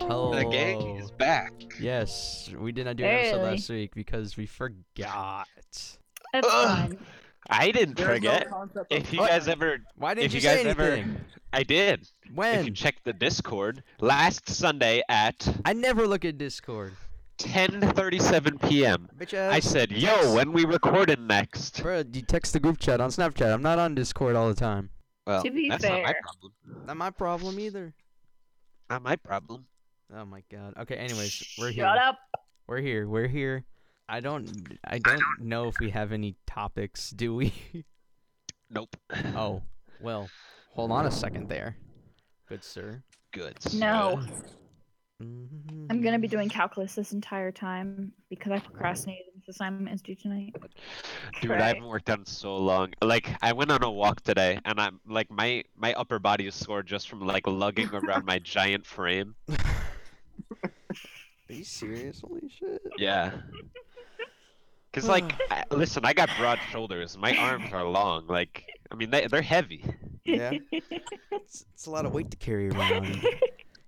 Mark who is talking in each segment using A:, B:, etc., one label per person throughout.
A: Hello.
B: The gang
C: Oh.
B: is back.
A: Oh, Yes, we did not do an episode
D: Barely.
A: last week because we forgot.
D: That's
B: Ugh.
D: fun.
B: I didn't
C: There's no
B: forget.
C: concept of
B: If you
A: What?
B: guys ever,
A: Why didn't
B: If
A: you,
B: you guys
A: say
B: ever-
A: anything?
B: I did. If you
A: When?
B: check the Discord, last Sunday at
A: I never look at Discord.
B: 10:37 p.m.,
A: Bitch
B: I
A: ass.
B: said, "Yo, when we recording next?"
A: Bro, you text the group chat on Snapchat. I'm not on Discord all the time.
B: Well,
D: To be
B: that's not my
D: fair.
B: problem.
A: Not my problem either.
B: Not my problem.
A: Oh my god. Okay, anyways, we're here.
D: Shut up.
A: We're here. We're here. I don't I don't know if we have any topics, do we?
B: Nope.
A: oh, well. Hold on a second there. Good sir.
B: Good.
D: No,
B: sir.
D: I'm gonna be doing calculus this entire time because I procrastinated this assignment is due tonight.
B: Dude,
D: Right.
B: I haven't worked out in so long. Like, I went on a walk today, and I'm like, my my upper body is sore just from like lugging around my giant frame.
A: Are you serious? Holy shit.
B: Yeah. Cause like, I, listen, I got broad shoulders. My arms are long. Like, I mean, they they're heavy,
A: Yeah. It's, it's a lot of weight to carry around. You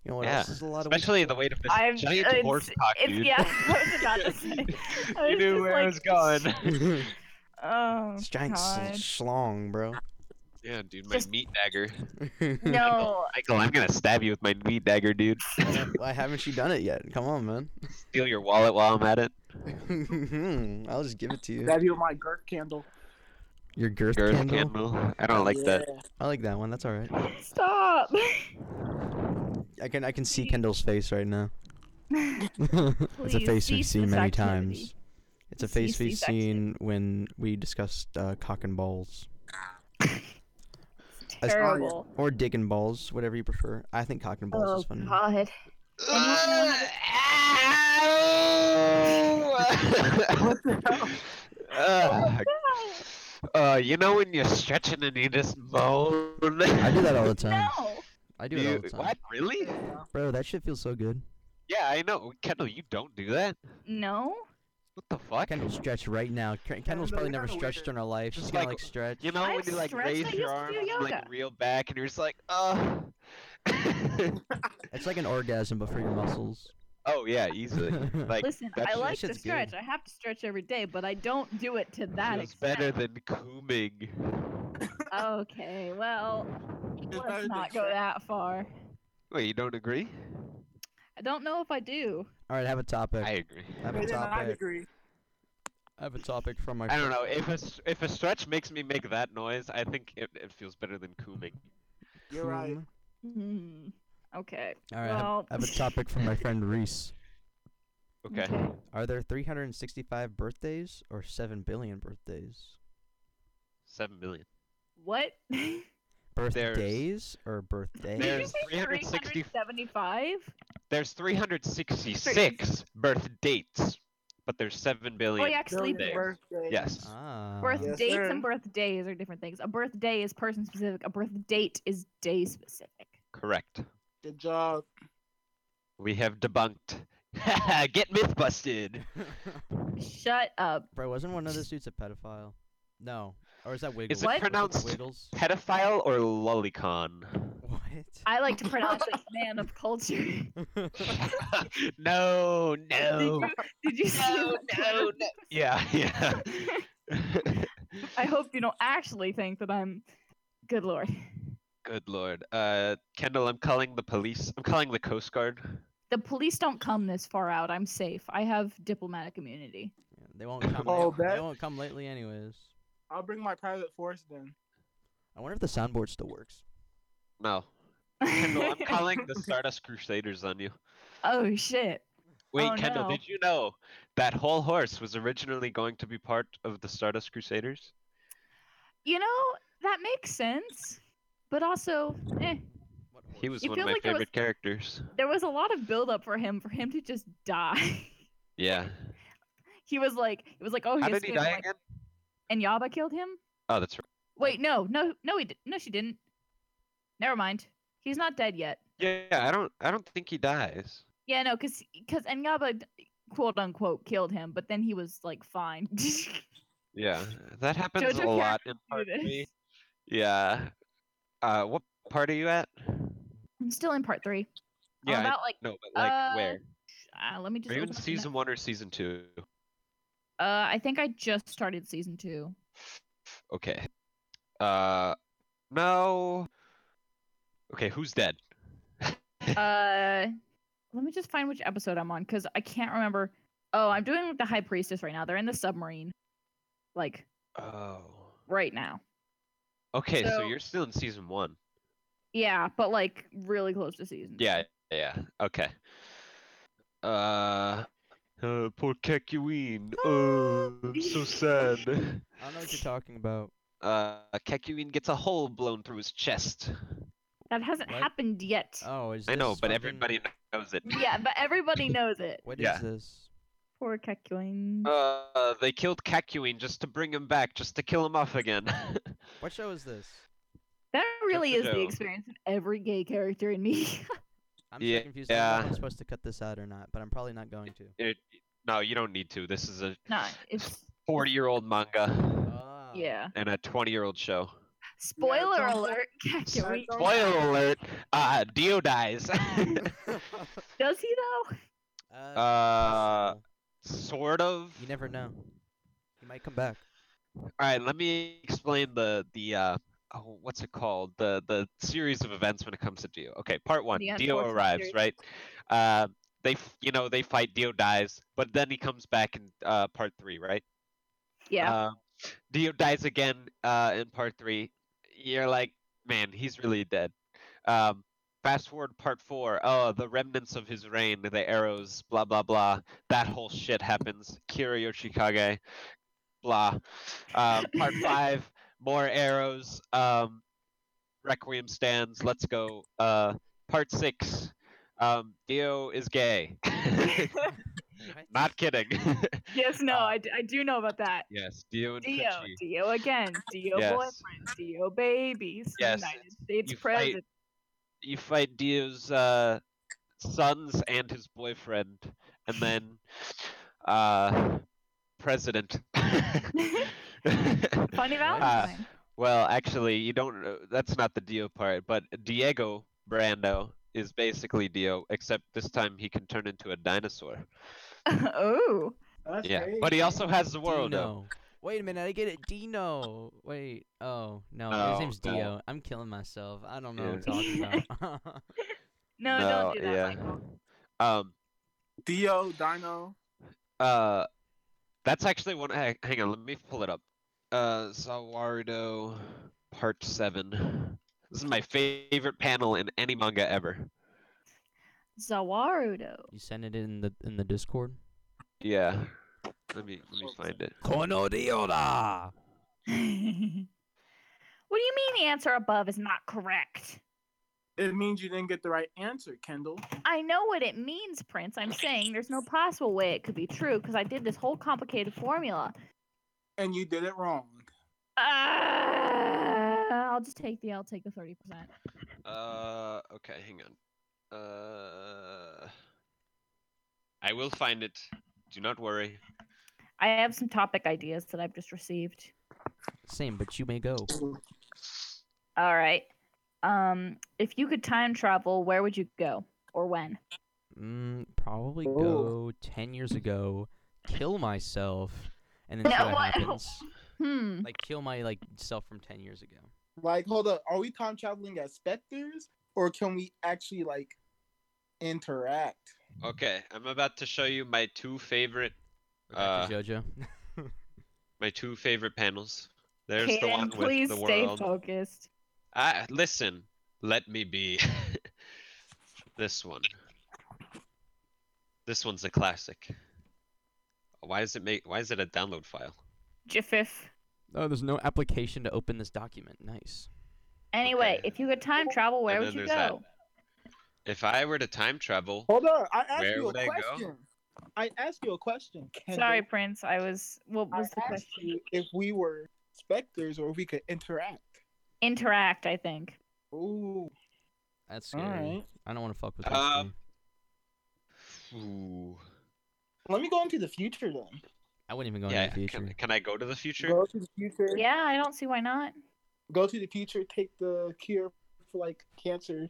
A: know what
B: Yeah,
A: else is a lot of weight?
B: especially the weight of this
D: I'm-
B: giant
D: it's-
B: horse cock,
D: it's-
B: dude.
D: yeah, I was about to say. I
B: you
D: was
B: knew
D: just
B: where I
D: like,
B: was going.
A: it's
D: Oh,
A: giant
D: God.
A: sl- schlong, bro.
B: Yeah, dude, my
D: Just-
B: meat dagger.
D: no,
B: Michael, I'm gonna stab you with my meat dagger, dude.
A: Why haven't you done it yet? Come on,
B: Steal your wallet while I'm at it.
A: man. I'll just give it to you.
C: Grab you my Gert candle.
A: Your girth
B: Girth
A: candle?
B: candle. I don't like that.
A: I like that one. That's all right.
D: stop.
A: I can I can see Kendall's face right now. it's a
D: Please
A: face we've
D: cease
A: seen
D: this
A: many
D: activity.
A: times. It's a face
D: Cease
A: we've
D: this activity.
A: seen when we discussed uh, cock and balls As-
D: Terrible.
A: or dick and balls, whatever you prefer. I think cock and balls
D: Oh
A: is funny.
D: God.
B: Ow!
C: What the hell?
B: Ugh. Uh, you know when you're stretching and you just moan?
A: I do that all the time.
D: No.
A: I do it all
B: You-
A: the time.
B: What? Really?
A: Bro, that shit feels so good.
B: Yeah, I know. Kendall, you don't do that.
D: No.
B: What the fuck?
A: Kendall stretch right now. Ken- Kendall's
C: no,
A: probably
C: you're
A: never
C: kinda
A: stretched in her life.
B: Just
A: She's gonna
B: like-
A: like stretch.
B: You know
D: I've
B: when you like
D: stretched, I
B: raise your
D: used
B: arm,
D: to do
B: and, like
D: yoga.
B: reel back, and you're just like, uh.
A: It's like an orgasm, but for your muscles.
B: oh yeah, easily. Like
D: Listen,
B: that
D: I
B: shit-
D: like
A: that
D: to
A: shit's
D: stretch. I have to stretch every day, but I don't do it to that
B: feels
D: extent.
B: better than cooming.
D: Okay, well, let's not go that far.
B: Wait, you don't agree?
D: I don't know if I do.
A: All right, have a topic.
B: I agree.
A: have a
C: Wait, then I
A: topic.
C: agree.
A: I have a topic from my.
B: I don't know. If a s- if a stretch makes me make that noise, I think it, it feels better than cooming.
C: You're right.
A: friend.
D: Hmm. Okay.
A: All right, I have-
D: well,
A: I have a topic from my friend Reese.
B: Okay.
A: Are there 365 birthdays or 7 billion birthdays?
B: Seven million.
D: What? Did
A: Birthdays or
D: you
A: birthdays?
B: There's
D: say
B: 360
D: 375?
B: There's 366 birth dates, but there's seven billion.
D: Well, Oh, actually,
B: Billion.
D: birth,
C: Birthday.
B: Yes.
A: Ah.
D: birth
C: Yes,
D: dates
C: sir.
D: and birth days are different things. A birth day is person specific. A birth date is day specific.
B: Correct.
C: Good job.
B: We have debunked. Get myth busted.
D: Shut up.
A: Bro, wasn't one of those dudes a pedophile? No. Or is that Wiggles?
B: Is
D: it
A: Was
B: pronounced-
A: Wiggles?
B: Pedophile or lollycon?
A: What?
D: I like to pronounce it man of culture.
B: no,
D: Did you,
B: no.
D: did you see
B: No,
D: that
B: no,
D: Twitter-
B: no. Yeah, yeah.
D: I hope you don't actually think that I'm. Good lord.
B: Good lord. Uh, Kendall, I'm calling the police. I'm calling the Coast Guard.
D: The police don't come this far out. I'm safe. I have diplomatic immunity.
A: Yeah, They won't come.
C: Oh,
A: they, they
C: that-
A: won't come lately, anyways.
C: I'll bring my private force then.
A: I wonder if the soundboard still works.
B: No. Kendall, I'm calling the Stardust Crusaders on you.
D: oh shit.
B: Wait,
D: Oh,
B: Kendall,
D: no.
B: did you know that whole horse was originally going to be part of the Stardust Crusaders?
D: You know, that makes sense. But also, eh,
B: He was
D: It
B: one of
D: feels
B: my
D: like there
B: favorite
D: was-
B: characters.
D: there was a lot of buildup for him for him to just die.
B: Yeah.
D: he was like, it was like, oh, he
B: How
D: has
B: did he
D: skin,
B: die
D: like,
B: again?
D: and Yaba killed him.
B: Oh, that's right.
D: Wait, no, no, no, he, di- no, she didn't. Never mind. He's not dead yet.
B: Yeah, I don't. I don't think he dies.
D: Yeah, no, because because Enyaba quote unquote killed him, but then he was like fine.
B: Yeah, that happens
D: Jojo
B: a lot in part three. Yeah. Uh, what part are you at?
D: I'm still in part three. Yeah,
B: Yeah, I
D: about like,
B: know, but like
D: uh,
B: where?
D: uh, let me just.
B: Are you in
D: open up the
B: season one or season two?
D: map. Uh, I think I just started season two.
B: Okay. Uh, no. Okay, who's dead?
D: Uh, let me just find which episode I'm on because I can't remember. Oh, I'm doing with the High Priestess right now. They're in the submarine, like
B: Oh.
D: right now.
B: Okay, so,
D: So-
B: you're still in season one.
D: Yeah, but like really close to season. two.
B: Yeah, yeah. Okay. Uh, uh poor Kekuin. Uh, I'm so sad.
A: I don't know what you're talking about.
B: Uh, Kekuin gets a hole blown through his chest.
D: that hasn't
A: What?
D: happened yet.
A: Oh, is
B: I
A: this
B: know, but
A: fucking-
B: everybody knows it.
D: yeah, but everybody knows it.
A: What is
B: Yeah.
A: this?
D: Poor Kekuin.
B: Uh, they killed Kekuin just to bring him back, just to kill him off again.
A: What show is this?
D: that really
B: the
D: is the
B: joke.
D: experience of every gay character in me.
A: I'm
B: Yeah,
A: so confused. I don't know if
B: yeah.
A: I'm supposed to cut this out or not, but I'm probably not going to.
B: It- no, you don't need to. This is a
D: no, it's
B: 40 year old manga
A: Oh.
D: yeah.
B: and a 20 year old show.
D: Spoiler
C: don't-
D: alert. Kekuin.
C: don't-
B: Spoiler alert! Uh, Dio dies.
D: Does he though?
A: Uh,
B: Uh,
A: possible.
B: sort of.
A: you never know. He might come back.
B: All right, let me explain the the uh oh, what's it called? The the series of events when it comes to Dio. Okay, part one,
D: The
B: Dio
D: unfortunate
B: arrives,
D: series.
B: right? Uh, they f- you know they fight, Dio dies, but then he comes back in uh part three, right?
D: Yeah.
B: Uh, Dio dies again uh in part three. You're like, man, he's really dead. Um, fast forward part four. Oh, the remnants of his reign, the arrows, blah blah blah. That whole shit happens. Kira Yoshikage, blah. Um, part five, more arrows. Um, Requiem stands. Let's go. Uh, part six. Um, Dio is gay.
A: What?
B: Not kidding.
D: yes. No.
B: uh,
D: I, d- I do know about that.
B: yes, Dio and
D: Dio,
B: Twitchy.
D: Dio again, Dio
B: Yes.
D: boyfriend, Dio E babies,
B: Yes.
D: United States
B: You fight-
D: president.
B: you fight Dio's uh, sons and his boyfriend, and then uh, president.
D: Funny
B: uh,
D: Valentine.
B: well, actually, you don't. uh, That's not the Dio part, but Diego Brando is basically Dio, except this time he can turn into a dinosaur.
D: oh,
C: That's
B: yeah,
C: crazy.
B: but he also has the world.
A: Dino. Wait a minute, I get it. Dino. Wait. Oh no,
B: No,
A: his name's
B: no.
A: Dio. I'm killing myself. I don't know what I'm
D: Yeah.
A: talking about.
D: no,
B: no,
D: don't do that,
B: yeah.
D: Michael.
B: Um.
C: Dio, Dino.
B: Uh, that's actually one. ha- Hang on, let me pull it up. Uh, Sawardo Part Seven. This is my favorite panel in any manga ever.
D: Zawarudo.
A: you sent it in the in the Discord.
B: Yeah. Let me let me find it.
A: Kono Dioda.
D: what do you mean the answer above is not correct?
C: It means you didn't get the right answer, Kendall.
D: I know what it means, Prince. I'm saying there's no possible way it could be true because I did this whole complicated formula.
C: And you did it wrong.
D: Uh, I'll just take the I'll take the 30%.
B: Uh, okay, hang on. Uh, I will find it. Do not worry.
D: I have some topic ideas that I've just received.
A: Same, but you may go.
D: All right. Um, if you could time travel, where would you go or when?
A: Mm, probably
C: Oh.
A: go ten years ago, kill myself, and then
D: No,
A: see what
D: what-
A: happens.
D: Hmm.
A: Like kill my like self from ten years ago.
C: Like, hold up. Are we time traveling as specters? Or can we actually, like, interact?
B: Okay, I'm about to show you my two favorite
A: We're back to
B: Uh,
A: Jojo.
B: my two favorite panels. There's the
D: Kaden,
B: one
D: please
B: with the
D: stay
B: world.
D: focused.
B: Ah, listen, let me be. this one. This one's a classic. Why does it make? Why is it a download file?
D: Jiffif.
A: Oh, there's no application to open this document. Nice.
D: Anyway,
B: Okay.
D: if you could time travel, where
B: And
D: would
B: then
D: you
B: there's that.
D: go?
B: If I were to time travel,
C: Hold up. I asked
B: Where
C: you a
B: would I go?
C: question. I asked you a question. Kendall.
D: Sorry, Prince. I was. What
C: I
D: was the
C: asked
D: question?
C: you if we were specters or if we could interact.
D: Interact. I think.
C: Ooh.
A: That's
C: All
A: scary.
C: right.
A: I don't want to fuck with
B: Uh,
A: that.
B: Ooh.
C: Let me go into the future then.
A: I wouldn't even go
B: yeah,
A: in the future.
B: can, can I go to the future?
C: Go to the future.
D: Yeah, I don't see why not.
C: Go to the future. Take the cure for like cancer.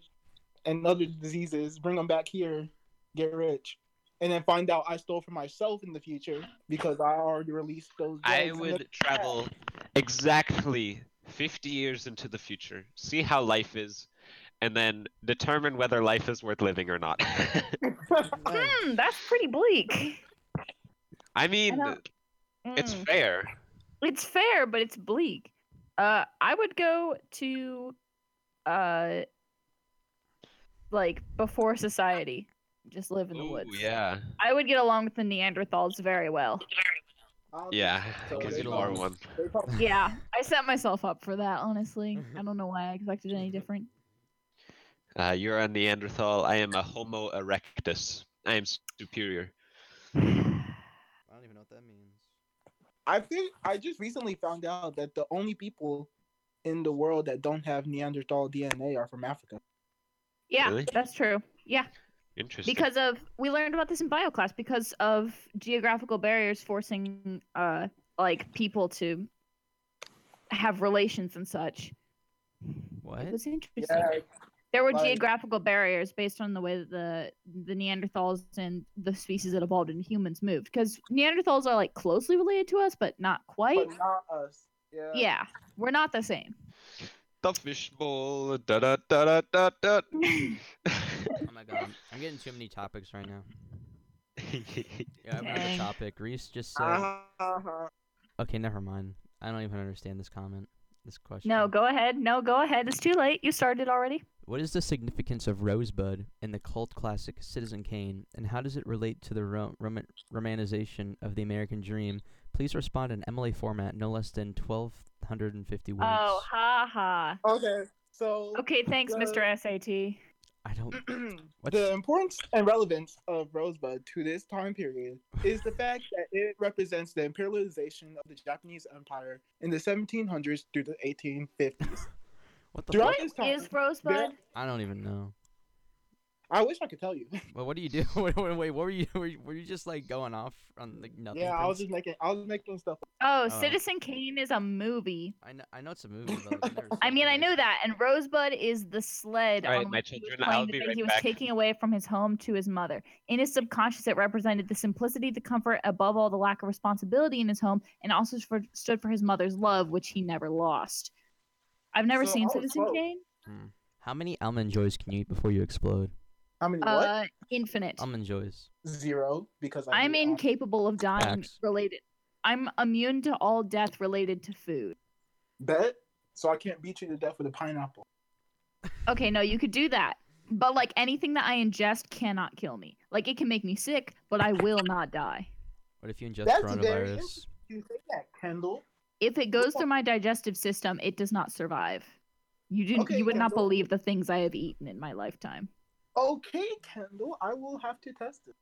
C: and other diseases, bring them back here, get rich, and then find out I stole for myself in the future because I already released those.
B: I
C: drugs and
B: would travel exactly 50 years into the future, see how life is, and then determine whether life is worth living or not.
D: Hmm, that's pretty bleak.
B: I mean,
D: don't-
B: it's
D: Mm.
B: fair.
D: It's fair, but it's bleak. Uh, I would go to, uh, like before society, just live in the
B: Ooh,
D: woods.
B: yeah.
D: I would get along with the Neanderthals very well.
C: I don't think
B: Yeah,
C: so.
B: because
C: They
B: you are
C: probably-
B: one.
C: they probably-
D: Yeah, I set myself up for that. Honestly,
B: Mm-hmm.
D: I don't know why I expected any different.
B: Uh, you're a Neanderthal. I am a Homo erectus. I am superior.
A: I don't even know what that means.
C: I think I just recently found out that the only people in the world that don't have Neanderthal DNA are from Africa.
D: Yeah,
B: Really?
D: that's true. Yeah,
B: Interesting.
D: because of we learned about this in bio class because of geographical barriers forcing uh like people to have relations and such. It
A: What?
D: was interesting.
C: Yeah,
D: There were
C: Like-
D: geographical barriers based on the way that the the Neanderthals and the species that evolved in humans moved. Because Neanderthals are like closely related to us, but not quite.
C: but not us. Yeah.
D: yeah, we're not the same.
B: the fishbowl. Da da da da da
A: Oh my god, I'm, I'm getting too many topics right now.
B: da.
A: Yeah, I have another
D: Dang.
A: topic. Reese just said.
C: Uh-huh.
A: Okay, never mind. I don't even understand this comment. This question.
D: no, go ahead. No, go ahead. It's too late. You started already.
A: What is the significance of Rosebud in the cult classic Citizen Kane, and how does it relate to the ro- Roman- romanticization of the American dream? Please respond in MLA format, no less than 1,250 words.
D: Oh, ha ha.
C: Okay. So
D: Okay, thanks, Mr. SAT.
A: I don't. What's-
C: the importance and relevance of Rosebud to this time period is the fact that it represents the imperialization of the Japanese Empire in the 1700s through the 1850s.
A: What the
C: Throughout
A: fuck?
D: What
C: this time,
D: is Rosebud?
A: I don't even know.
C: I wish I could tell you.
A: Well, what do you do? wait, wait, wait, what were you? Were you, were you just like going off on like nothing?
C: yeah, I
A: Prince?
C: was just making, I was making stuff. up.
D: Oh,
A: Oh.
B: Uh.
D: Citizen Kane is a movie.
A: I know, I know it's a movie, but I've never
D: I
A: seen
D: mean, I
A: it.
D: know that. And Rosebud is the sled.
B: All right,
D: on
B: my
D: which he was
B: children,
D: playing
B: I'll
D: the
B: be
D: things
B: right
D: He was
B: back.
D: taking away from his home to his mother. In his subconscious, it represented the simplicity, the comfort, above all, the lack of responsibility in his home, and also for, stood for his mother's love, which he never lost. I've never
C: So I
D: seen
C: was
D: Citizen
C: close.
D: Kane.
A: How many almond joys can you eat before you explode?
C: How many? what?
D: Uh, Infinite.
A: Almond joys.
C: Zero, because I
D: I'm
C: ate all-
D: incapable of dying
A: Facts.
D: related. I'm immune to all death related to food.
C: bet, so I can't beat you to death with a pineapple.
D: Okay, no, you could do that. But like anything that I ingest cannot kill me. Like it can make me sick, but I will not die.
A: What if you ingest
C: That's very
A: coronavirus?
C: interesting. You think that, Kendall?
D: If it goes through my digestive system, it does not survive. You do
C: Okay,
D: you would not
C: Kendall.
D: believe the things I have eaten in my lifetime.
C: Okay, Kendall, I will have to test it.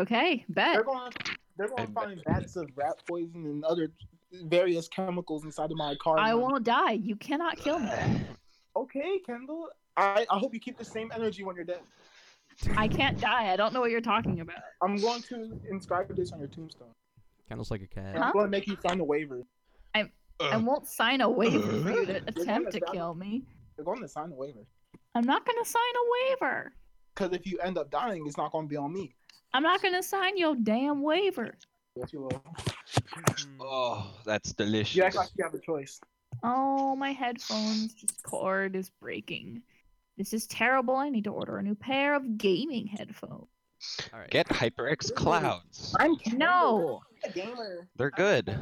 D: Okay, bet.
C: They're going to they're going to
B: And ba-
C: find vats of rat poison and other various chemicals inside of my car.
D: I
C: now.
D: won't die. You cannot kill me.
C: Okay, Kendall. I, I hope you keep the same energy when you're dead.
D: I can't die. I don't know what you're talking about.
C: I'm going to inscribe this on your tombstone.
A: Kendall's like a cat.
C: And
D: Huh?
C: I'm going to make you sign a waiver.
D: I won't sign a waiver for you to attempt to
C: understand-
D: kill me.
C: You're going to sign a waiver.
D: I'm not gonna sign a waiver.
C: Because if you end up dying, it's not going to be on me.
D: I'm not gonna sign your damn waiver.
C: Yes, you will.
B: Oh, that's delicious.
C: You act like you have a choice.
D: Oh, my headphones just cord is breaking. This is terrible. I need to order a new pair of gaming headphones.
A: All right.
B: Get HyperX Clouds.
C: I'm
D: No,
C: a gamer.
B: They're good.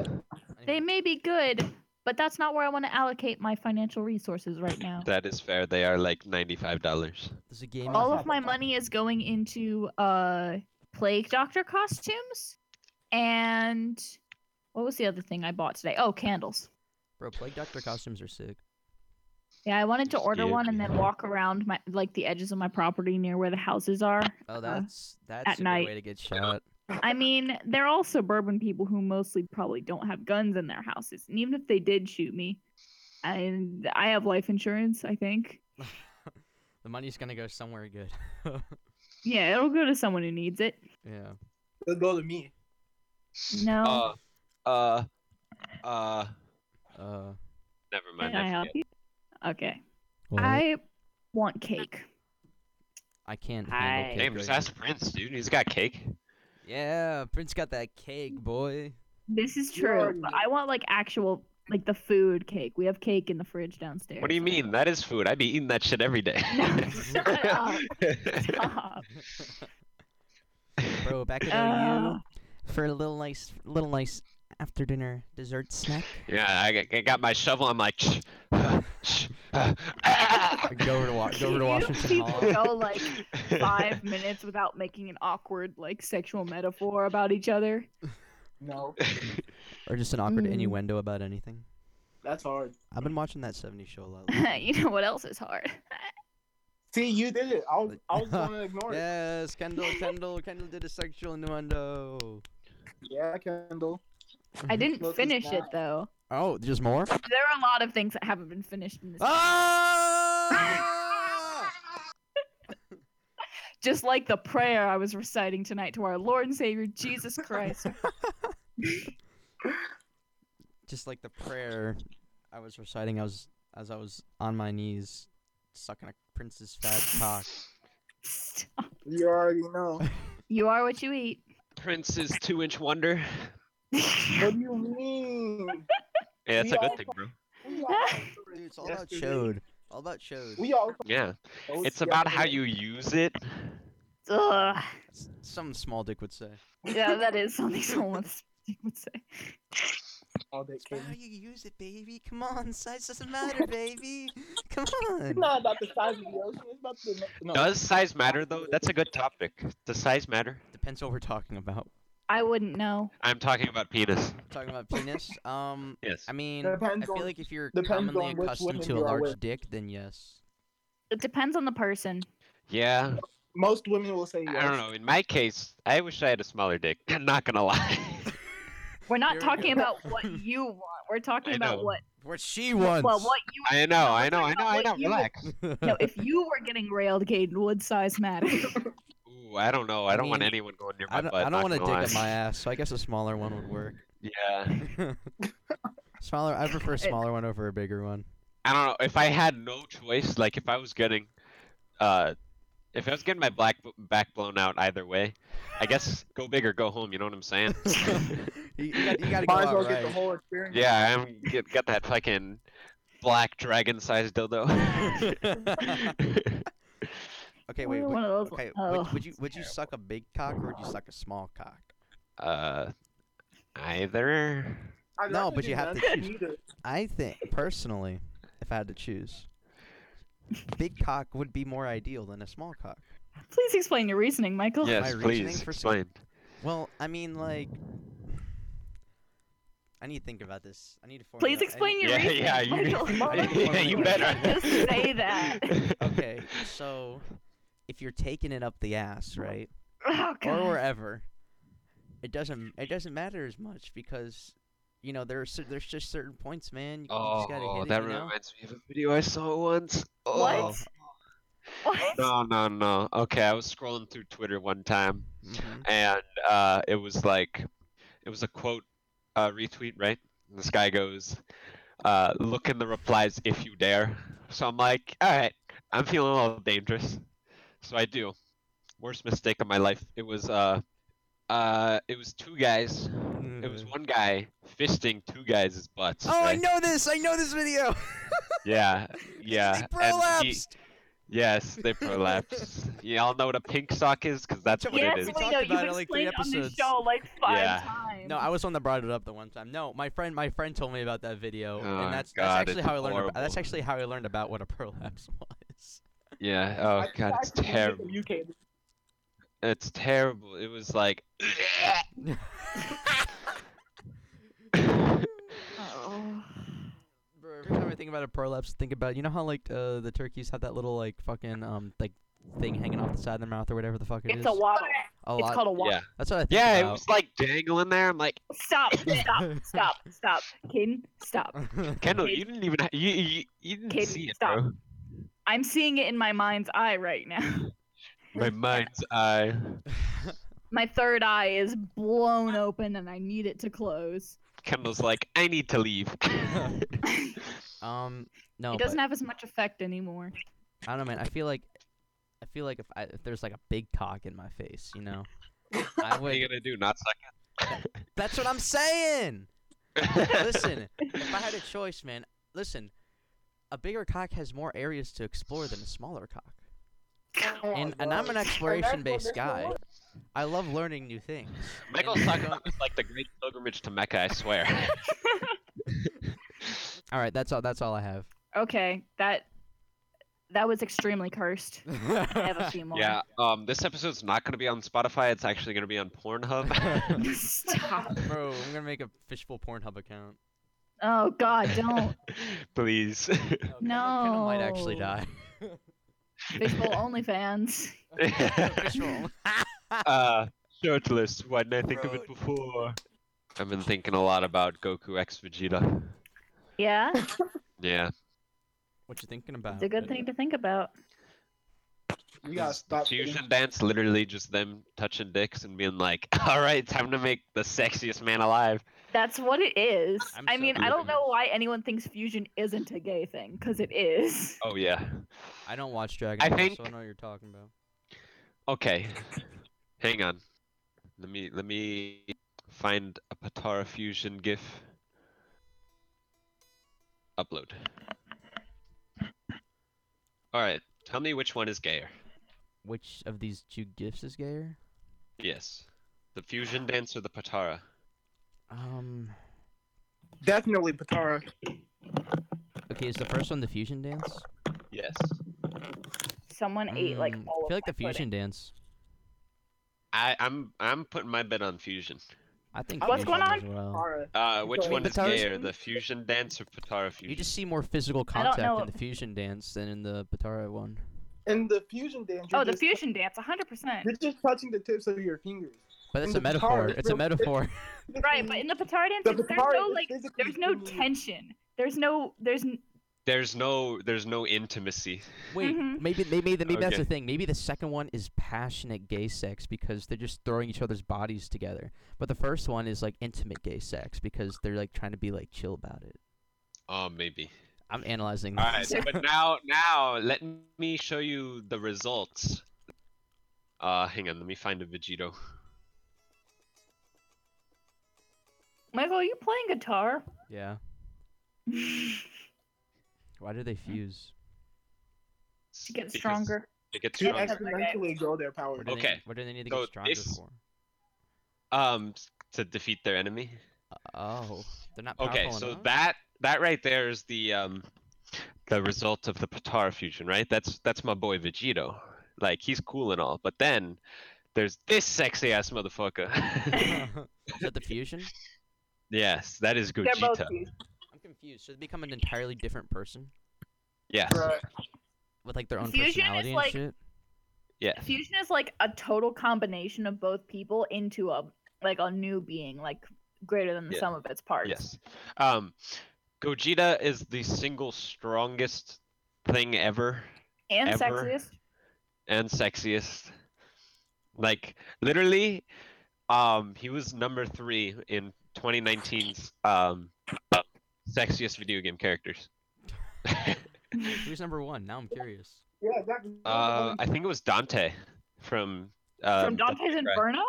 D: they may be good, but that's not where I want to allocate my financial resources right now.
B: That is fair. They are like ninety-five dollars.
A: There's a game.
D: All of my money is going into uh plague doctor costumes and what was the other thing I bought today? Oh, candles.
A: Bro, Plague Doctor costumes are sick.
D: Yeah, I wanted to
B: Just
D: order
B: give
D: one and
B: me
D: then
B: that.
D: walk around my like the edges of my property near where the houses are.
A: Oh,
D: Uh,
A: that's that's
D: at
A: a good
D: night.
A: way to get shot.
D: I mean, they're all suburban people who mostly probably don't have guns in their houses. And even if they did shoot me, and I have life insurance, I think.
A: the money's gonna go somewhere good.
D: Yeah, it'll go to someone who needs it.
A: yeah.
C: Let's go to me.
D: No,
B: Uh, uh, uh.
A: Uh.
B: Never
D: can
B: mind.
D: I
B: I
D: help
B: forget.
D: you? Okay, I want cake.
A: I can't
D: Hi.
A: handle cake.
B: Damn,
A: right
B: just
A: now.
B: ask Prince, dude. He's got cake.
A: Yeah, Prince got that cake, boy.
D: This is
C: You
D: true.
C: are
D: But I want like actual like the food cake. We have cake in the fridge downstairs.
B: What do you mean? That is food. I'd be eating that shit every day.
D: No, shut up. Stop.
A: Bro, back at
D: Oh.
A: OU for a little nice, little nice after dinner dessert snack.
B: Yeah, I g- I got my shovel. I'm like, shh, shh, ah.
A: Go over to wa- go over to
D: You
A: Washington
D: people
A: Hall.
D: go like five minutes without making an awkward like sexual metaphor about each other.
C: No,
A: or just an awkward
D: Mm.
A: innuendo about anything.
C: that's hard.
A: I've been watching that 70s show a lot. lately.
D: you know what else is hard?
C: See, you did it. I was, I was going to ignore it.
A: yes, Kendall, Kendall, Kendall did a sexual innuendo.
C: Yeah, Kendall.
D: I didn't
C: Look, it's
D: finish it
C: not.
D: though.
A: Oh, there's more.
D: There are a lot of things that haven't been finished in this.
A: Ah!
D: Just like the prayer I was reciting tonight to our Lord and Savior Jesus Christ.
A: just like the prayer I was reciting, I was as I was on my knees sucking a prince's fat cock.
D: Stop.
C: You already know.
D: you are what you eat.
B: Prince's two-inch wonder.
C: What do you mean?
B: Yeah, that's
C: We
B: a good
C: all-
B: thing, bro.
C: We all
A: Dude, it's all
C: Yes,
A: about
C: dude.
A: showed. All about showed.
C: We all.
B: Yeah, it's about how you use it.
D: Ugh.
A: S- Some small dick would say.
D: Yeah, that is something someone with a stick would say.
C: All that
A: It's about
C: came.
A: how "Ah, you use it, baby. Come on, size doesn't matter, baby. Come on.
C: It's not about the size of the ocean. It's about the. No.
B: Does size matter though? That's a good topic. Does size matter?
A: Depends what we're talking about.
D: I wouldn't know.
B: I'm talking about penis.
A: Talking about penis. Um,
B: Yes.
A: I mean,
C: Depends
A: I feel
C: on-
A: like if you're
C: depends
A: commonly
C: on which
A: accustomed
C: women
A: to a
C: you are
A: large
C: with.
A: dick, then yes.
D: It depends on the person.
B: Yeah.
C: Most women will say yes.
B: I don't know. In my case, I wish I had a smaller dick. I'm not gonna lie.
D: We're not
A: Here we
D: talking
A: go.
D: about what you want. We're talking
B: I
D: about
B: know.
D: what
A: What she wants.
D: well what you
B: I know, I
D: we're
B: know, I
D: talking
B: know,
D: about
B: I
D: what
B: know.
D: you would-
B: Relax.
D: No, if you were getting railed, Caden, would size matter?
B: Ooh, I don't know. I don't want
A: mean,
B: anyone going near my
A: I don't,
B: butt.
A: I don't
B: not
A: want to
B: gonna
A: dig
B: lie.
A: up my ass, so I guess a smaller one would work.
B: Yeah.
A: smaller. I prefer a
D: It-
A: smaller one over a bigger one.
B: I don't know. If I had no choice, like if I was getting, uh, if I was getting my black back blown out either way, I guess go big or go home. You know what I'm saying?
A: You, you got, you got to go
C: Might as
A: out
C: well get the
A: right.
C: whole experience.
B: yeah, I'm get, got that fucking black dragon sized dildo.
A: okay, wait.
D: We're one
A: Would,
D: of those.
A: okay,
D: oh,
A: would, would you would you suck a big cock or would you suck a small cock?
B: uh, either.
C: I'd
A: No,
C: rather
A: but
C: do
A: you have to
C: none,
A: choose.
C: neither.
A: I think personally, if I had to choose, big cock would be more ideal than a small cock.
D: please explain your reasoning, Michael.
B: Yes,
A: reasoning
B: please
A: for s-
B: explain.
A: Well, I mean, like, I need to think about this. I need to. formula- I
D: Please
A: need-
D: explain your
B: Yeah,
D: reasoning.
B: yeah, you,
D: Michael.
B: yeah, you
A: You
B: better.
D: can't just say that.
A: Okay, so if you're taking it up the ass, right?
D: Oh, God.
A: or wherever, it doesn't it doesn't matter as much because you know there's there's just certain points, man. You, you just gotta
B: Oh,
A: hit
B: that
A: it, you know?
B: reminds me of a video I saw once. Oh.
D: What? What?
B: No, no, no. Okay, I was scrolling through Twitter one time,
A: Mhm.
B: and uh, it was like, it was a quote, uh, retweet, right? And this guy goes, uh, "Look in the replies if you dare." So I'm like, all right, I'm feeling a little dangerous, so I do. Worst mistake of my life. It was uh, uh, it was two guys. It
A: Mm-hmm.
B: was one guy fisting two guys' butts.
A: Oh, I
B: right?
A: know this! I know this video.
B: Yeah, yeah.
A: they
B: and he-
A: prolapsed.
B: Yes, they prolapse. Y'all know what a pink sock is? Because that's what
D: yes,
B: it is.
A: we
D: we
A: talked
D: know.
A: about it,
D: You've
A: like, three
D: explained on this
A: episodes.
D: show like five
B: Yeah.
D: times.
A: No, I was the one that brought it up the one time. No, my friend, my friend told me about that video,
B: Oh,
A: and that's
B: God,
A: that's actually
B: it's
A: how I learned. About, that's
B: horrible.
A: actually how I learned about what a prolapse was.
B: Yeah, oh
C: I think
B: god,
C: I
B: it's
C: actually did it
B: terrible.
C: from UK.
B: It's terrible. It was like.
D: Oh.
A: Bro, every time I think about a prolapse, think about you know how like uh, the turkeys have that little like fucking um like thing hanging off the side of their mouth or whatever the fuck it
D: It's
A: is?
D: a waddle.
A: A
D: It's
A: lot-
D: called a waddle.
B: yeah,
A: That's what I think
B: yeah, it
A: about.
B: was like dangling there. I'm like,
D: Stop! Stop! Stop! Stop! Caden, stop!
B: Kendall,
D: Okay.
B: you didn't even ha- you you, you didn't
D: Okay,
B: see it,
D: stop.
B: bro.
D: I'm seeing it in my mind's eye right now.
B: My mind's eye.
D: My third eye is blown open, and I need it to close.
B: Kendall's like, I need to leave.
A: um, no, but,
D: it
A: Um,
D: doesn't have as much effect anymore.
A: I don't know, man. I feel like I feel like if I, if there's like a big cock in my face, you know, I
B: What are you
A: would.
B: gonna do? Not suck it?
A: That's what I'm saying. Listen, if I had a choice, man, listen, a bigger cock has more areas to explore than a smaller cock. And, and I'm an exploration based guy. I love learning new things.
B: Michael's talking about this like the great pilgrimage to Mecca. I swear.
A: All right, that's all. That's all I have.
D: Okay, that that was extremely cursed. I have a few more.
B: yeah. Um. This episode's not gonna be on Spotify. It's actually gonna be on Pornhub.
D: Stop.
A: Bro, I'm gonna make a fishbowl Pornhub account.
D: Oh God, don't.
B: Please.
D: Oh.
A: Kendall- Kendall might actually
D: No.
A: die.
D: Fishbowl OnlyFans.
A: Fishbowl.
B: uh, shirtless. Why didn't I think of
A: Bro.
B: it before? I've been thinking a lot about Goku X Vegeta.
D: Yeah,
B: Yeah.
A: What you thinking about?
D: it's a good thing to think about.
C: We gotta
B: This- the
C: stop.
B: Fusion dance, literally just them touching dicks and being like, "All right, time to make the sexiest man alive."
D: That's what it is.
A: I'm
D: I
A: so
D: mean, I don't
A: goofy.
D: know why anyone thinks fusion isn't a gay thing, because it is.
B: Oh yeah.
A: I don't watch Dragon
B: I
A: Ball,
B: think-
A: so I know what you're talking about.
B: Okay. Hang on. Let me let me find a Patara fusion GIF. Upload. All right. Tell me which one is gayer.
A: Which of these two gifts is gayer?
B: Yes. The fusion dance or the Patara?
A: Um.
C: Definitely Patara.
A: Okay, is the first one the fusion dance?
B: Yes.
D: Someone ate like
A: Mm,
D: all
A: I feel
D: of
A: like the
D: my
A: fusion dance.
B: I, I'm I'm putting my bet on fusion.
A: I think.
C: What's going
A: fusion As well.
C: Patara.
B: Uh, which
C: Okay.
B: one is
A: Patara's-
B: gayer, the fusion dance or Patara fusion?
A: You just see more physical
D: I don't
A: contact
D: know
A: in
D: if-
A: the fusion dance than in the Patara one.
C: And the fusion dance.
D: pudding.
C: you're
D: Oh, the
C: just-
D: fusion dance, 100%.
C: You're just touching the tips of your fingers.
A: But that's
C: the
A: a
C: Patara,
A: metaphor.
C: it's
A: It's a
C: real- it's-
A: metaphor.
D: Right, but in the patara dance,
C: The
D: it's- there's
C: Patara
D: no
C: is
D: like,
C: physically
D: there's no
C: doing-
D: tension. There's no, there's, n-
B: There's no there's no intimacy.
A: Wait,
D: Mhm.
A: maybe maybe maybe, maybe that's
B: Okay.
A: the thing. Maybe the second one is passionate gay sex because they're just throwing each other's bodies together. But the first one is like intimate gay sex because they're like trying to be like chill about it.
B: Oh, maybe.
A: I'm analyzing
B: All right,
A: this.
B: but now, now let me show you the results. Uh, hang on, let me find a Vegito.
D: Michael, are you playing guitar?
A: yeah. Why do they
D: Mm-hmm.
A: fuse?
D: to get
B: Because
D: stronger.
B: It gets
C: To
B: stronger.
C: exponentially grow their power.
A: What do
B: Okay,
A: They, what do they need to
B: so
A: get stronger
B: this-
A: for?
B: Um, s- to defeat their enemy.
A: Oh, they're not powerful
B: Okay, so
A: enough?
B: that that right there is the um, the result of the Patara fusion, right? That's that's my boy Vegito. Like he's cool and all, but then there's this sexy ass motherfucker.
A: is that the fusion?
B: yes, that is
D: They're both
B: Gogeta.
D: used.
A: I'm confused. So they become an entirely different person
B: Yes,
C: Bruh,
A: with like their own
D: Fusion is
A: personality and
D: like-
A: shit.
B: yeah.
D: Fusion is like a total combination of both people into a like a new being, like greater than the
B: Yeah.
D: sum of its parts.
B: Yes. Um, Gogeta is the single strongest thing ever
D: And
B: Ever.
D: sexiest.
B: and sexiest. Like literally, um, he was number three in 2019's um sexiest video game characters.
A: Who's number one? Now I'm curious.
C: Yeah, exactly.
B: uh, I think it was Dante from. Um,
D: From Dante's
B: Devil May Cry.
D: Inferno?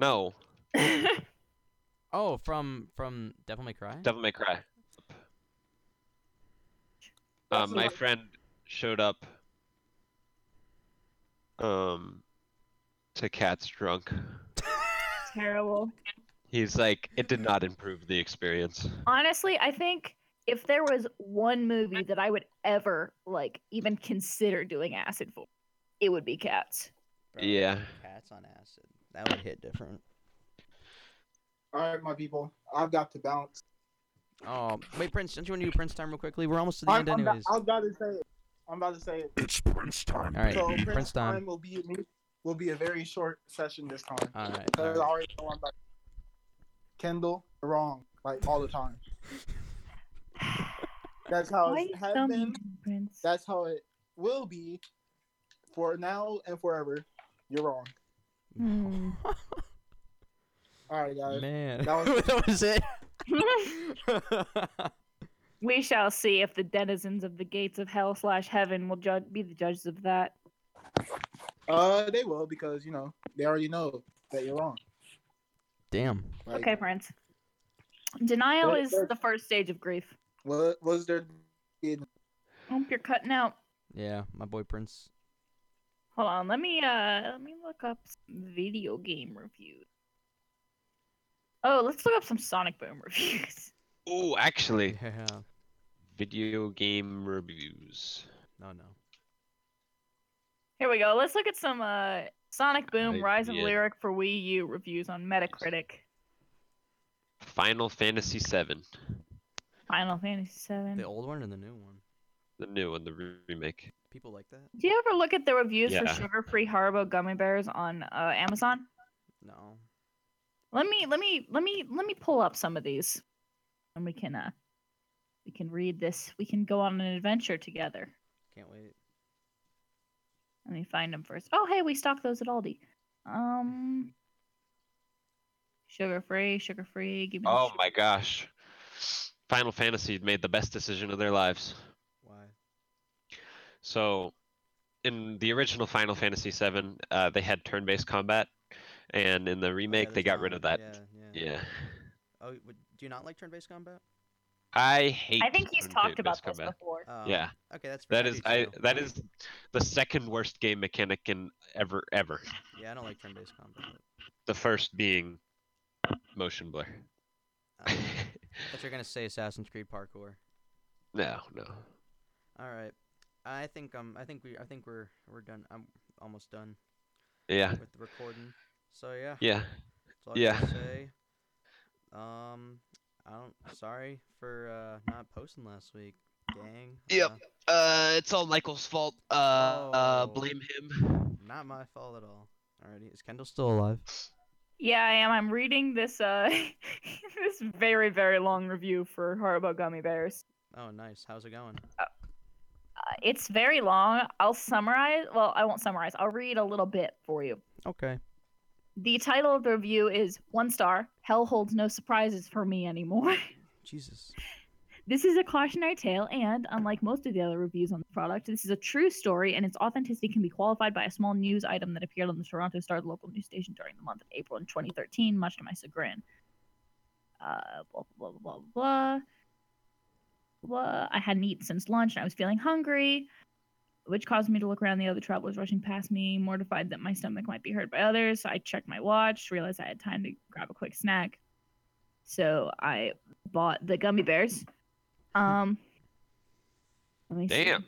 B: No,
A: Oh, from from Devil May Cry.
B: Devil May Cry. Uh,
C: That's
B: my
C: like-
B: friend showed up um to Cat's drunk.
D: Terrible.
B: He's like, it did not improve the experience.
D: Honestly, I think if there was one movie that I would ever like even consider doing acid for, it would be cats.
A: Bro,
B: Yeah.
A: Cats on acid. That would hit different.
C: All right, my people, I've got to bounce.
A: Oh, wait, Prince. Don't you want to do Prince time real quickly? We're almost to the
C: I'm,
A: end,
C: I'm, about,
A: anyways.
C: I'm about to say it. I'm about to say it.
E: It's Prince time.
A: All right,
C: So
A: Prince,
C: Prince
A: time.
C: time will be will be a very short session this time.
A: All right. all
C: Because I
A: right.
C: already know I'm about Kendall wrong like all the time. That's how
D: Why
C: it has
D: some
C: been.
D: difference?
C: That's how it will be for now and forever. You're wrong.
D: Hmm.
C: All right, guys.
A: Man,
C: that was-
A: that was it.
D: We shall see if the denizens of the gates of hell slash heaven will judge, be the judges of that.
C: Uh, they will because you know they already know that you're wrong.
A: Damn.
C: Like,
D: Okay, Prince. Denial
C: What-
D: is the first stage of grief.
C: What was there?
D: Hope you're cutting out.
A: Yeah, my boy Prince.
D: Hold on, let me uh let me look up some video game reviews. Oh, let's look up some Sonic Boom reviews.
B: Oh, actually,
A: Yeah.
B: video game reviews.
A: No, no.
D: Here we go. Let's look at some uh Sonic Boom
B: I-
D: Rise of
B: yeah.
D: Lyric for Wii U reviews on Metacritic.
B: Final Fantasy VII,
D: Final Fantasy VII.
A: The old one or the new one?
B: the new one, the re- remake.
A: People like that?
D: Do you ever look at the reviews for
B: Yeah.
D: sugar-free Haribo gummy bears on uh, Amazon?
A: No.
D: Let me let me let me let me pull up some of these, and we can uh we can read this. We can go on an adventure together.
A: Can't wait.
D: Let me find them first. Oh, hey, we stock those at Aldi. Um, sugar free, sugar free. Give me. the
B: Oh
D: sugar-
B: my gosh. Final Fantasy made the best decision of their lives.
A: Why?
B: So, in the original Final Fantasy VII, uh, they had turn-based combat, and in the remake, they got rid of that.
A: Yeah.
B: Yeah.
A: Oh, would, do you not like turn-based combat?
B: I hate.
D: I think he's talked about
B: turn-based
D: this
B: combat.
D: before.
A: Oh,
B: Yeah,
A: Okay, that's fair.
B: that is
A: do
B: I.
A: too.
B: That is the second worst game mechanic in ever ever.
A: Yeah, I don't like turn-based combat.
B: The first being motion blur.
A: Um, but you're gonna say Assassin's Creed parkour.
B: no, no.
A: All right. I think um I think we I think we're we're done. I'm almost done
B: Yeah,
A: with the recording. So yeah.
B: yeah.
A: That's all I gotta
B: Yeah.
A: say. Um, I don't. Sorry for uh, not posting last week. Dang.
B: Yep.
A: uh,
B: Uh, it's all Michael's fault. Uh,
A: uh,
B: uh
A: Oh. blame
B: blame him.
A: not my fault at all. Alrighty. Is Kendall still alive?
D: Yeah, I am. I'm reading this uh this very very long review for Haribo gummy bears.
A: Oh, nice. How's it going?
D: Uh, it's very long. I'll summarize. Well, I won't summarize. I'll read a little bit for you.
A: Okay.
D: The title of the review is One Star Hell Holds No Surprises for Me Anymore.
A: Jesus.
D: This is a cautionary tale, and unlike most of the other reviews on the product, this is a true story, and its authenticity can be qualified by a small news item that appeared on the Toronto Star local news station during the month of April in 2013, much to my chagrin. Uh, blah, blah, blah, blah, blah, blah. I hadn't eaten since lunch, and I was feeling hungry, which caused me to look around the other travelers rushing past me, mortified that my stomach might be hurt by others. I checked my watch, realized I had time to grab a quick snack. So I bought the gummy bears. Um, let me see.
B: Damn.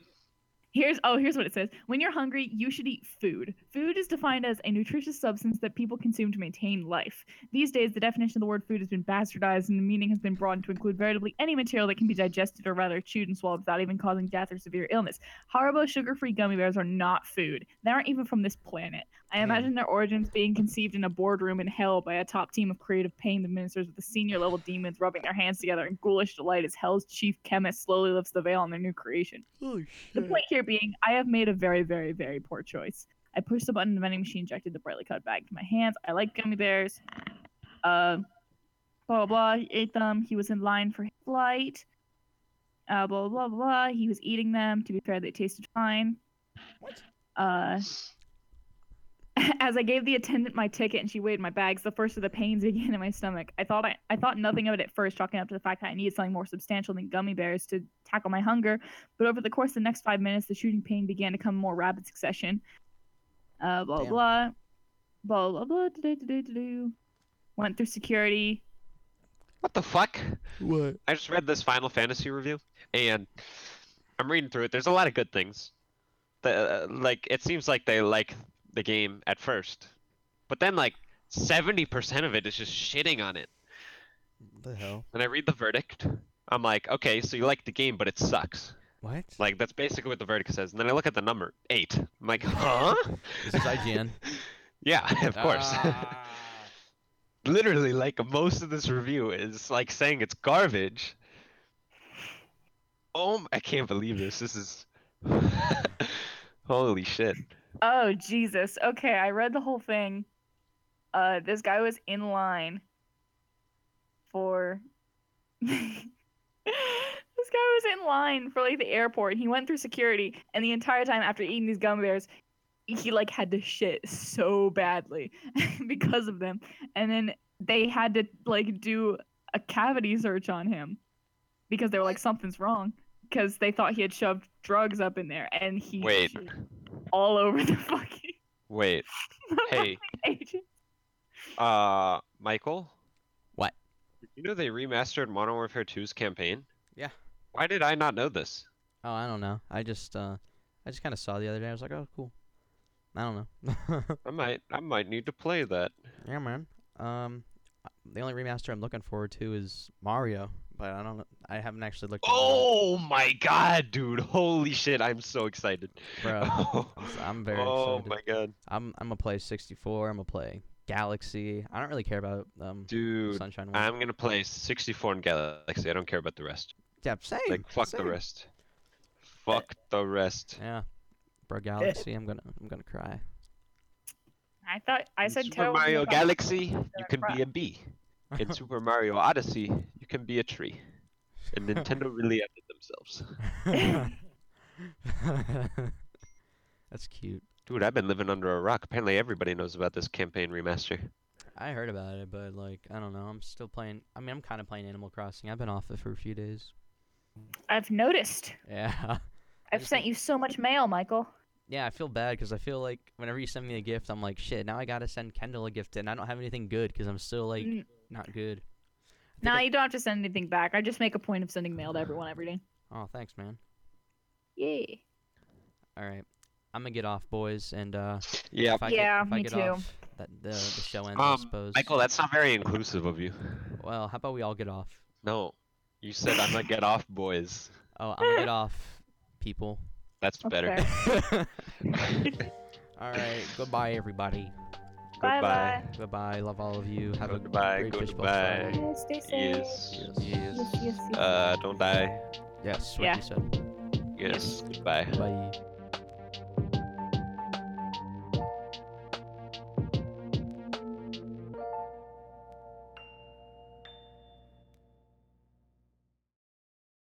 D: Here's oh, here's what it says. When you're hungry, you should eat food. Food is defined as a nutritious substance that people consume to maintain life. These days, the definition of the word food has been bastardized, and the meaning has been broadened to include veritably any material that can be digested or rather chewed and swallowed without even causing death or severe illness. Haribo sugar-free gummy bears are not food. They aren't even from this planet. I
A: Damn.
D: imagine their origins being conceived in a boardroom in hell by a top team of creative pain ministers with the senior-level demons rubbing their hands together in ghoulish delight as hell's chief chemist slowly lifts the veil on their new creation.
A: Holy
D: The
A: Oh, shit.
D: point here being, I have made a very, very, very poor choice. I pushed the button, the vending machine injected the brightly colored bag to my hands. I like gummy bears. Uh, blah, blah, blah. He ate them. He was in line for his flight. Uh, blah, blah, blah, blah. He was eating them. To be fair, they tasted fine.
A: What?
D: Uh, as I gave the attendant my ticket and she weighed my bags, the first of the pains began in my stomach. I thought I, I thought nothing of it at first, chalking up to the fact that I needed something more substantial than gummy bears to tackle my hunger. But over the course of the next five minutes, the shooting pain began to come in more rapid succession. Uh, blah
A: Damn.
D: blah blah blah blah. do-do-do-do-do. Went through security.
B: What the fuck?
A: What?
B: I just read this Final Fantasy review, and I'm reading through it. There's a lot of good things. The, uh, like it seems like they like the game at first, but then like 70% of it is just shitting on it.
A: The hell?
B: And I read the verdict. I'm like, okay, so you like the game, but it sucks.
A: What?
B: Like that's basically what the verdict says. And then I look at the number eight. I'm like, huh?
A: This is IGN.
B: Yeah, of course.
A: Ah.
B: Literally, like most of this review is like saying it's garbage. Oh, m- I can't believe this. This is holy shit.
D: Oh Jesus. Okay, I read the whole thing. Uh, this guy was in line for. this guy was in line for like the airport. He went through security, and the entire time after eating these gum bears, he like had to shit so badly because of them, and then they had to like do a cavity search on him because they were like something's wrong because they thought he had shoved drugs up in there and he
B: Wait.
D: shit all over the fucking
B: Wait. Hey,
D: agent.
B: uh, Michael.
A: What?
B: Did You know they remastered Modern Warfare 2's campaign.
A: Yeah.
B: Why did I not know this?
A: Oh, I don't know. I just uh, I just kind of saw the other day. I was like, oh, cool. I don't know.
B: I might, I might need to play that.
A: yeah, man. Um, the only remaster I'm looking forward to is Mario, but I don't. I haven't actually looked. into that.
B: Oh my god, dude! Holy shit, I'm so excited.
A: bro. s- I'm very
B: oh
A: excited.
B: my god,
A: I'm I'm gonna play 64. I'm gonna play Galaxy. I don't really care about um
B: dude!
A: Sunshine. One.
B: I'm gonna play 64 and Galaxy. I don't care about the rest.
A: yeah, same.
B: Like fuck
A: same.
B: the rest. Fuck the rest.
A: Yeah, bro, Galaxy. I'm gonna I'm gonna cry.
D: I thought I
B: In
D: said
B: Super
D: terrible things
B: Mario
D: about-
B: Galaxy,
D: I
B: you can
D: cried.
B: be a bee. In Super Mario Odyssey, you can be a tree. And Nintendo really ended themselves.
A: That's cute.
B: Dude, I've been living under a rock. Apparently, everybody knows about this campaign remaster.
A: I heard about it, but like I don't know. I'm still playing. I mean, I'm kind of playing Animal Crossing. I've been off it for a few days.
D: I've noticed.
A: Yeah,
D: I've
A: just
D: sent
A: think-
D: you so much mail, Michael.
A: yeah. I feel bad because I feel like whenever you send me a gift, I'm like, shit. Now I gotta send Kendall a gift, and I don't have anything good because I'm still like
D: N-
A: not good. I
D: Nah,
A: think
D: you don't have to send anything back. I just make a point of sending mail to everyone every day.
A: I- oh, thanks, man.
D: Yay.
A: All right, I'm gonna get off, boys, and uh,
B: Yeah.
A: if I
D: Yeah,
A: get, if I
D: me
A: get
D: too.
A: off, that the the show ends. I
B: Um,
A: suppose.
B: Michael, that's not very inclusive of you.
A: Well, how about we all get off?
B: No. You said I'm gonna get off, boys.
A: Oh, I'm gonna get off, people.
B: That's
D: That's
B: better.
D: fair.
A: all right, goodbye, everybody.
D: Bye bye.
A: Goodbye. Love all of you. Have
B: Goodbye,
A: a great fishbowl
B: goodbye.
A: Friday.
D: Stay safe.
B: Yes.
A: Yes.
D: Yes, yes, yes.
B: Uh, don't die.
A: Yes, what
D: Yeah.
A: you said.
B: Yes. Goodbye.
A: Bye.